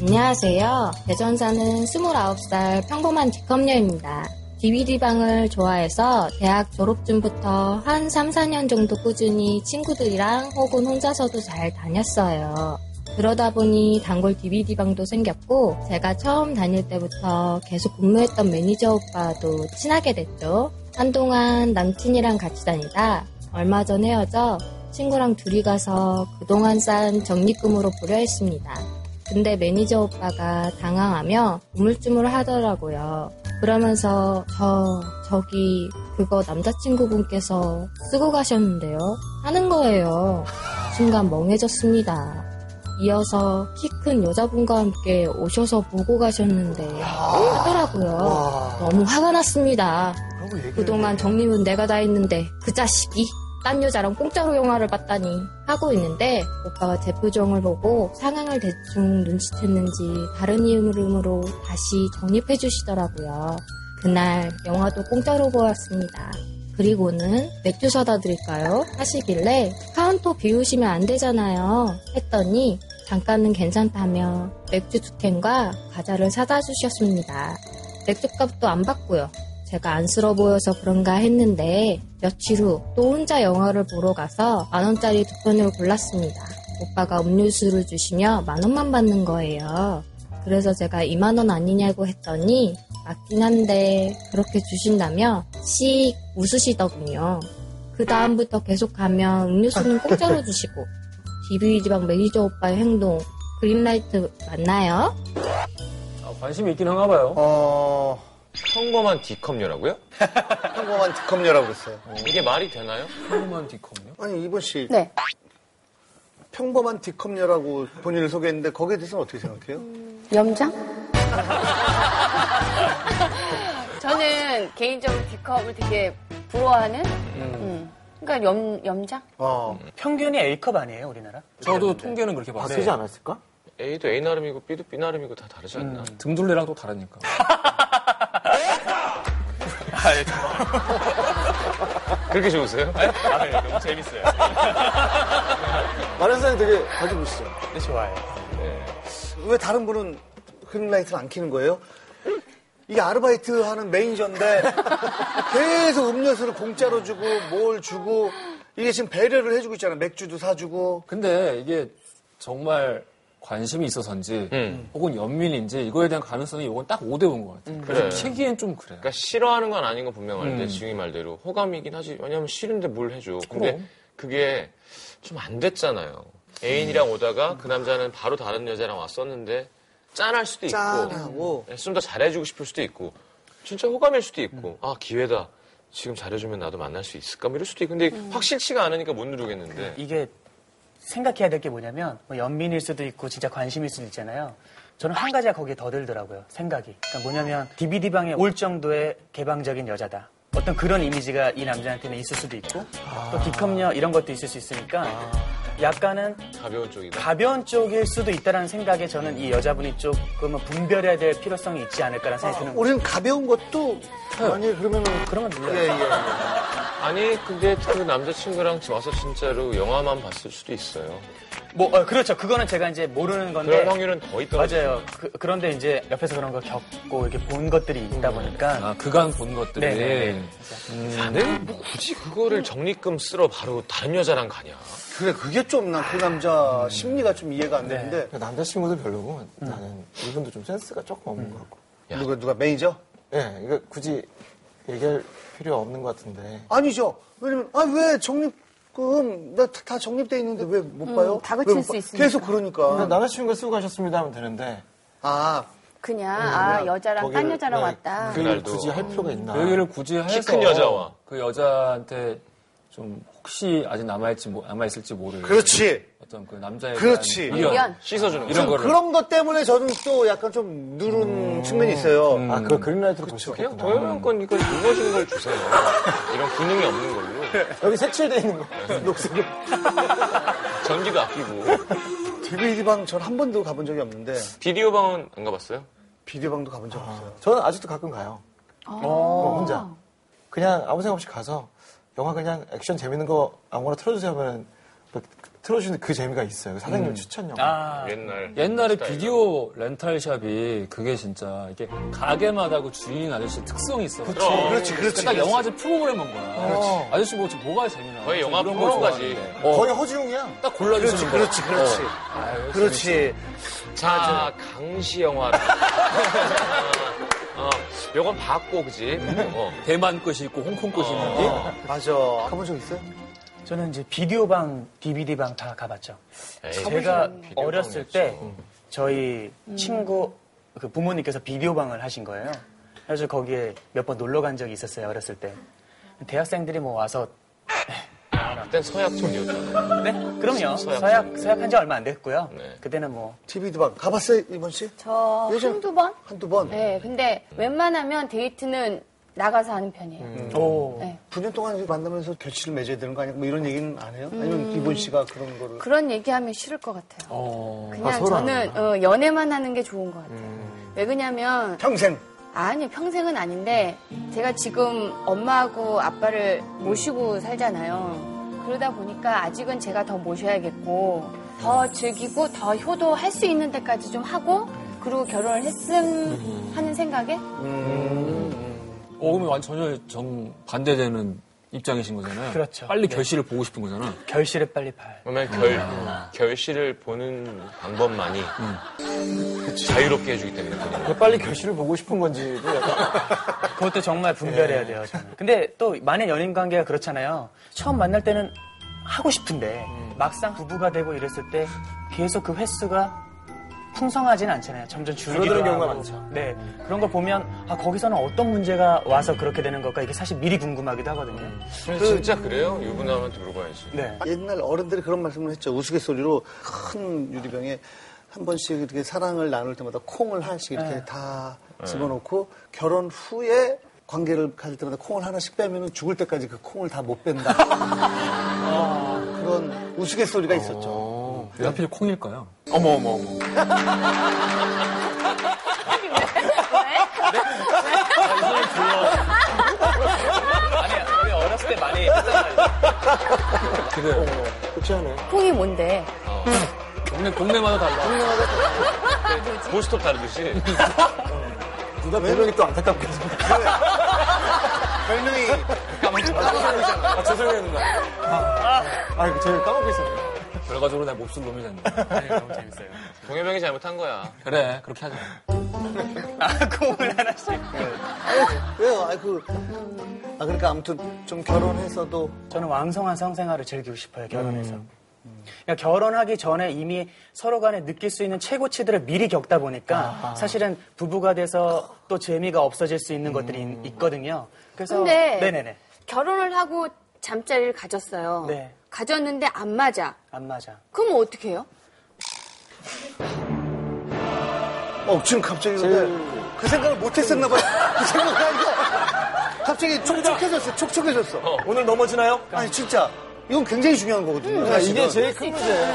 안녕하세요. 대전 사는 29살 평범한 직업녀입니다. DVD방을 좋아해서 대학 졸업쯤부터 한 3, 4년 정도 꾸준히 친구들이랑 혹은 혼자서도 잘 다녔어요. 그러다 보니 단골 DVD방도 생겼고 제가 처음 다닐 때부터 계속 근무했던 매니저 오빠도 친하게 됐죠. 한동안 남친이랑 같이 다니다 얼마 전 헤어져 친구랑 둘이 가서 그동안 쌓은 적립금으로 보려했습니다. 근데 매니저 오빠가 당황하며 우물쭈물 하더라고요. 그러면서 저 저기 그거 남자친구분께서 쓰고 가셨는데요. 하는 거예요. 순간 멍해졌습니다. 이어서 키 큰 여자분과 함께 오셔서 보고 가셨는데 하더라고요. 와, 너무 화가 났습니다. 그런 거 얘기해. 어. 그동안 정립은 내가 다 했는데 그 자식이 딴 여자랑 공짜로 영화를 봤다니 하고 있는데 오빠가 제 표정을 보고 상황을 대충 눈치챘는지 다른 이름으로 다시 정립해 주시더라고요. 그날 영화도 공짜로 보았습니다. 그리고는 맥주 사다 드릴까요? 하시길래 카운터 비우시면 안 되잖아요. 했더니 잠깐은 괜찮다며 맥주 두 캔과 과자를 사다 주셨습니다. 맥주값도 안 받고요. 제가 안쓰러워 보여서 그런가 했는데 며칠 후 또 혼자 영화를 보러 가서 만 원짜리 두 편을 골랐습니다. 오빠가 음료수를 주시며 만 원만 받는 거예요. 그래서 제가 2만 원 아니냐고 했더니 맞긴 한데 그렇게 주신다며 씩 웃으시더군요. 그 다음부터 계속 가면 음료수는 공짜로 주시고 DVD방 매니저 오빠의 행동 그린라이트 맞나요? 아, 관심이 있긴 한가 봐요. 어, 평범한 디컵녀라고요? 평범한 특검녀라고 그랬어요. 이게 말이 되나요? 평범한 디컴요? 아니, 이번 씨, 네. 평범한 디컴녀라고 본인을 소개했는데 거기에 대해서는 어떻게 생각해요? 염장? 저는 개인적으로 D컵을 되게 부러워하는? 음. 그러니까 염, 염장? 어, 음. 평균이 A컵 아니에요, 우리나라? 저도 통계는 그렇게 아, 봤어요. 쓰지 않았을까? A도 A 나름이고 B도 B 나름이고 다 다르지 않나? 등둘레랑 또 다르니까. 그렇게 좋으세요? 그러니까 너무 재밌어요. 많은 사람이 되게 자주 보시죠. 근데 네, 좋아요. 왜 다른 분은 그린라이트를 안 키는 거예요? 이게 아르바이트 하는 매니저인데 계속 음료수를 공짜로 주고 뭘 주고 이게 지금 배려를 해주고 있잖아. 맥주도 사주고. 근데 이게 정말 관심이 있어서인지 음. 혹은 연민인지 이거에 대한 가능성이 이건 딱 5대 5인 것 같아요. 그래서 그래. 시기엔 좀 그래요. 그러니까 싫어하는 건 아닌 건 분명한데 지웅이 말대로 호감이긴 하지 왜냐면 싫은데 뭘 해줘 근데 그럼. 그게 좀 안 됐잖아요 애인이랑 오다가 그 남자는 바로 다른 여자랑 왔었는데 짠할 수도 있고 예, 짠하고. 좀 더 잘해주고 싶을 수도 있고 진짜 호감일 수도 있고 아 기회다 지금 잘해주면 나도 만날 수 있을까 뭐 이럴 수도 있고 근데 확실치가 않으니까 못 누르겠는데 이게 생각해야 될 게 뭐냐면 뭐 연민일 수도 있고 진짜 관심일 수도 있잖아요. 저는 한 가지가 거기에 더 들더라고요. 생각이. 그러니까 뭐냐면 DVD 방에 올 정도의 개방적인 여자다. 어떤 그런 이미지가 이 남자한테는 있을 수도 있고 또 기컵녀 이런 것도 있을 수 있으니까 약간은 가벼운 쪽이다 가벼운 쪽일 수도 있다라는 생각에 저는 이 여자분이 조금은 분별해야 될 필요성이 있지 않을까라는 생각이 드는 거예요. 아, 우리는 가벼운 것도 네. 아니 그러면은 그런 예, 건 몰라요. 예. 아니 근데 그 남자친구랑 와서 진짜로 영화만 봤을 수도 있어요 뭐 어, 그렇죠. 그거는 제가 이제 모르는 건데 네. 그럴 확률은 거의 떨어져요 맞아요. 그, 런데 이제 옆에서 그런 걸 겪고 이렇게 본 것들이 있다 보니까 음. 아, 그간 본 것들이. 네네네. 근데 음. 뭐 굳이 그거를 적립금 쓰러 바로 다른 여자랑 가냐? 그래 그게 좀 난 그 남자 심리가 좀 이해가 안 되는데 남자친구들 별로고 나는 이분도 좀 센스가 조금 없는 것 같고. 누가 누가 매니저? 예, 이거 굳이 얘기할 필요 없는 것 같은데. 아니죠. 왜냐면 아 왜 적립금 나 다 적립돼 있는데 왜 못 봐요? 음, 다 그칠 왜못 수 봐? 있으니까. 음. 계속 그러니까. 아, 남자친구가 쓰고 가셨습니다 하면 되는데. 아 그냥, 아, 여자랑 딴 음, 거기를, 여자랑 네, 왔다. 그 얘기를 그날도. 굳이 할 필요가 있나. 그 얘기를 굳이 해서 큰 여자와. 그 여자한테 좀 혹시 아직 남아있지 모- 남아있을지 모를 그렇지. 어떤 그 남자에 그렇지. 대한 의견. 씻어주는 이런 거. 거를 그런 것 때문에 저는 또 약간 좀 누른 측면이 있어요. 아, 그거 그린라이트로 보시죠. 그냥 동영상 건 이거 누워진 걸 주세요. 이런 기능이 없는 걸로. 여기 색칠돼 있는 거. 녹색으로. 전기도 아끼고. DVD 방전 한 번도 가본 적이 없는데 비디오 방은 안 가봤어요? 비디오 방도 가본 적 없어요. 저는 아직도 가끔 가요. 뭐 혼자. 그냥 아무 생각 없이 가서 영화 그냥 액션 재밌는 거 아무거나 틀어주세요 하면 틀어주는 그 재미가 있어요. 사장님 추천 영화. 아, 옛날 옛날에 스타일로. 비디오 렌탈샵이 그게 진짜 이게 가게마다 그 주인 아저씨 특성이 있어. 그렇지, 그렇지, 그렇지. 딱 영화제 프로그램인 거야. 아저씨 뭐 지금 뭐가 재미나? 거의 영화 이런 거 프로까지. 좋아하는데. 어, 거의 허지웅이야. 딱 골라주는 그렇지, 거야. 그렇지, 그렇지. 어. 아유, 그렇지. 자, 강시 영화라. 아, 어, 어, 요건 봤고, 그지? 어. 대만 것이 있고 홍콩 것이 있는데 맞아. 가본 적 있어요? 저는 이제 비디오방, DVD방 다 가봤죠. 에이, 제가 비디오방이었죠. 음. 어렸을 때 저희 친구 그 부모님께서 비디오방을 하신 거예요. 그래서 거기에 몇 번 놀러 간 적이 있었어요 어렸을 때. 대학생들이 뭐 와서 그땐 서약촌이었잖아요. 네 그럼요 서약. 서약 서약한 지 얼마 안 됐고요. 네. 그때는 뭐 TV도 방 가봤어요, 이번 씨? 저 예전- 한두 번? 한두 번. 네, 근데 웬만하면 데이트는 나가서 하는 편이에요. 음. 오. 네. 9년 동안 만나면서 결실을 맺어야 되는 거 아니야? 뭐 이런 얘기는 안 해요? 아니면 이번 씨가 그런 거를. 그런 얘기하면 싫을 것 같아요. 그냥 아, 음. 서로 안 저는 어, 연애만 하는 게 좋은 것 같아요. 왜 그러냐면 평생. 아니 평생은 아닌데 제가 지금 엄마하고 아빠를 모시고 살잖아요. 그러다 보니까 아직은 제가 더 모셔야겠고 더 즐기고 더 효도할 수 있는 데까지 좀 하고 그리고 결혼을 했음 하는 생각에 어, 그러면 완- 전혀 정 반대되는 입장이신 거잖아요. 그렇죠. 빨리 결실을 보고 싶은 거잖아. 결실을 빨리 발. 그러면 결, 결실을 보는 방법만이 자유롭게 해주기 때문에. 그냥. 왜 빨리 결실을 보고 싶은 건지. 그것도 정말 분별해야 돼요. 네. 저는. 근데 또 많은 연인 관계가 그렇잖아요. 처음 만날 때는 하고 싶은데 음. 막상 부부가 되고 이랬을 때 계속 그 횟수가 풍성하진 않잖아요. 점점 줄어드는 줄어드는 경우가 많죠. 음. 네 그런 걸 보면 아 거기서는 어떤 문제가 와서 그렇게 되는 걸까 이게 사실 미리 궁금하기도 하거든요. 음. 근데 진짜 그래요? 유부남한테 물어봐야지. 네. 옛날 어른들이 그런 말씀을 했죠. 우스갯소리로 큰 유리병에 한 번씩 이렇게 사랑을 나눌 때마다 콩을 하나씩 이렇게 다 집어넣고 결혼 후에 관계를 가질 때마다 콩을 하나씩 빼면 죽을 때까지 그 콩을 다 못 뺀다. 그런 우스갯소리가 있었죠. 왜 하필 콩일까요? 어머 어머 어머. 아니 우리 어렸을 때 많이 했잖아요. 그렇지 않아요? 콩이 뭔데? 동네 동네마다 달라. 보스톱 다르듯이. 누가 별명이 또 안타깝게. 별명이 아, 죄송해요 누나. 아, 아, 제가 까먹고 있었네요. 결과적으로 내 몹쓸 놈이 됐네. 너무 재밌어요. 동해병이 잘못한 거야. 그래, 그렇게 하자. 아 콩을 하나씩. 왜요? 아, 그, 아, 그러니까 아무튼 좀 결혼해서도 저는 왕성한 성생활을 즐기고 싶어요 결혼해서. 그러니까 결혼하기 전에 이미 서로 간에 느낄 수 있는 최고치들을 미리 겪다 보니까 사실은 부부가 돼서 또 재미가 없어질 수 있는 것들이 있- 있거든요. 그래서 근데 네네네 결혼을 하고 잠자리를 가졌어요. 네. 가졌는데 안 맞아. 안 맞아. 그럼 어떻게 해요? 어, 지금 갑자기 근데 그 생각을 못 했었나 봐요. 그 생각이 아니고 갑자기 촉촉해졌어. 촉촉해졌어. 오늘 넘어지나요? 아니 진짜 이건 굉장히 중요한 거거든요. 그러니까 이게 사실은. 제일 큰 문제예요.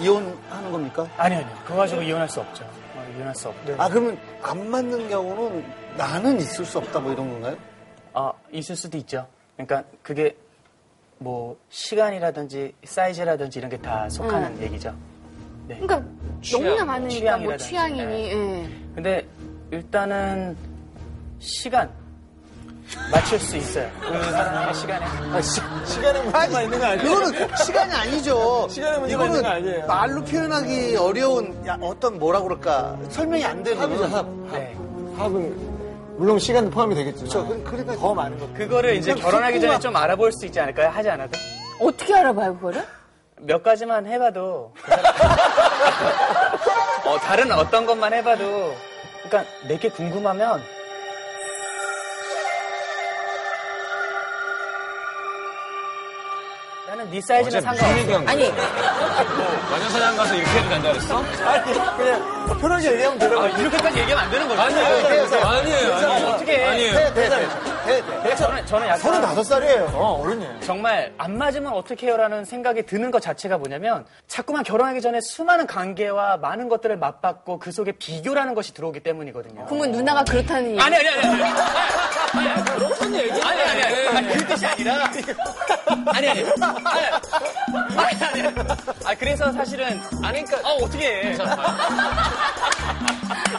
이혼하는 겁니까? 아니요 아니요. 그거 가지고 이혼할 수 없죠. 어, 이혼할 수 없죠. 아 그러면 안 맞는 경우는 나는 있을 수 없다 뭐 이런 건가요? 아 있을 수도 있죠. 그러니까 그게 뭐 시간이라든지 사이즈라든지 이런 게 다 속하는 음. 얘기죠. 네. 그러니까 너무나 많으니까 뭐 취향이라든지. 네. 취향이니. 예. 근데 일단은 시간 맞출 수 있어요. 그 사람의 시간에. 아, 시, 시간에 문제만 있는 거 아니에요? 그거는 시간이 아니죠. 시간의 문제가 이거는 있는 거 아니에요. 말로 표현하기 어려운 야, 어떤 뭐라 그럴까 설명이 안 되는. 합이죠 합. 네. 합은 물론 시간도 포함이 되겠지만 그렇죠. 그- 그러니까 더 많은 것. 그거를 이제 결혼하기 전에 좀 알아볼 수 있지 않을까요? 하지 않아도? 어떻게 알아봐요, 그거를? 몇 가지만 해봐도. 그 사람- 어, 다른 어떤 것만 해봐도. 그러니까 내게 궁금하면. 나는 네 사이즈는 상관없어. 아니, 마녀사냥 가서 이렇게 해도 된다 그랬어? 아니 그냥 편하게 얘기하면 되는 아, 이렇게까지 얘기하면 안 되는 거죠. 아니에요, 아니에요. 어떻게 아니에요. 돼, 돼, 돼, 네, 돼, 돼. 저는, 저는 약간. 서른 다섯 살이에요. 어 어른이에요. 정말 안 맞으면 어떻게 해요라는 생각이 드는 것 자체가 뭐냐면 자꾸만 결혼하기 전에 수많은 관계와 많은 것들을 맞받고 그 속에 비교라는 것이 들어오기 때문이거든요. 그러면 누나가 그렇다는 얘기. 아니 아니 아니. 아니. 그런 얘기 아니 아니 아니 그 뜻이 아니라. 아니, 아니. 아니, 아니. 아니, 아니. 아, 그래서 사실은. 아니, 그러니까. 아, 어떻게 해.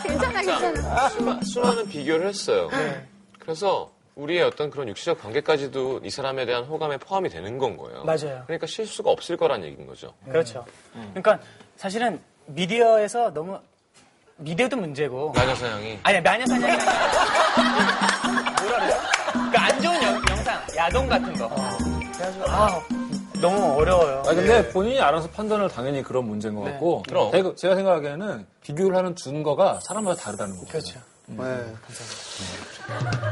괜찮아, 괜찮아. 수마- 수많은 비교를 했어요. 그래서 우리의 어떤 그런 육체적 관계까지도 이 사람에 대한 호감에 포함이 되는 건 거예요. 맞아요. 그러니까 실수가 없을 거란 얘기인 거죠. 그렇죠. 그러니까 사실은 미디어에서 너무 미디어도 문제고 나녀사양이 아니, 마녀사냥이 아니라. 뭐라 그래요? 그러니까 안 좋은 영, 영상, 야동 같은 거. 아 너무 어려워요. 아니, 근데 본인이 알아서 판단을 당연히 그런 문제인 것 같고 그럼. 제가- 제가 생각하기에는 비교를 하는 준거가 사람마다 다르다는 거죠. 그렇죠. 네.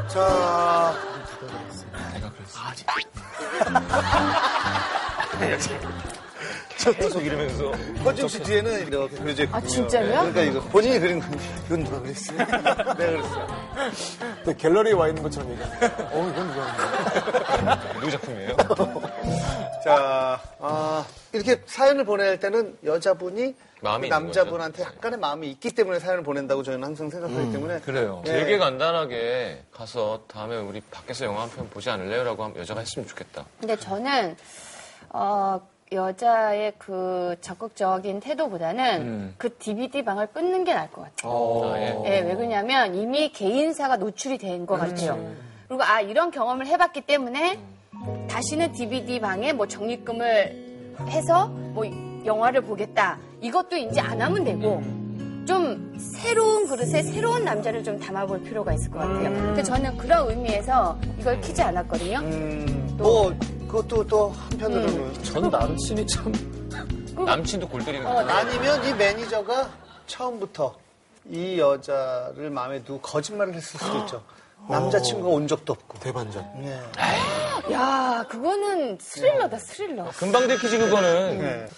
자, 계속 이러면서 허준 씨 뒤에는 이렇게 그려져 있고. 아, 진짜요? 그러니까 이거 본인이 그린 건데, 이건 누가 그랬어? 내가 네, 그랬어. 또 갤러리에 와 있는 것처럼 얘기하는 거야. 누구 작품이에요? 자, 아, 이렇게 사연을 보낼 때는 여자분이 마음이 그 남자분한테 약간의 마음이 있기 때문에 사연을 보낸다고 저희는 항상 생각하기 때문에. 그래요. 예. 음, 되게 간단하게 가서 다음에 우리 밖에서 영화 한 편 보지 않을래요? 라고 하면 여자가 했으면 좋겠다. 근데 저는, 어, 여자의 그 적극적인 태도보다는 그 DVD방을 끊는 게 나을 것 같아요. 아, 예. 예, 왜 그러냐면 이미 개인사가 노출이 된 것 같아요. 그리고 아 이런 경험을 해봤기 때문에 다시는 DVD 방에 뭐 적립금을 해서 뭐 영화를 보겠다 이것도 이제 안 하면 되고 좀 새로운 그릇에 새로운 남자를 좀 담아볼 필요가 있을 것 같아요. 근데 저는 그런 의미에서 이걸 키지 않았거든요. 음, 뭐, 그것도 또 한편으로는. 음. 전 남친이 참 남친도 골 때리는 어, 거 아니면 이 매니저가 처음부터 이 여자를 마음에 두고 거짓말을 했을 수도 있죠. 남자친구가 온 적도 없고. 대반전. 예. 야 그거는 스릴러다 스릴러. 금방 들키지 그거는.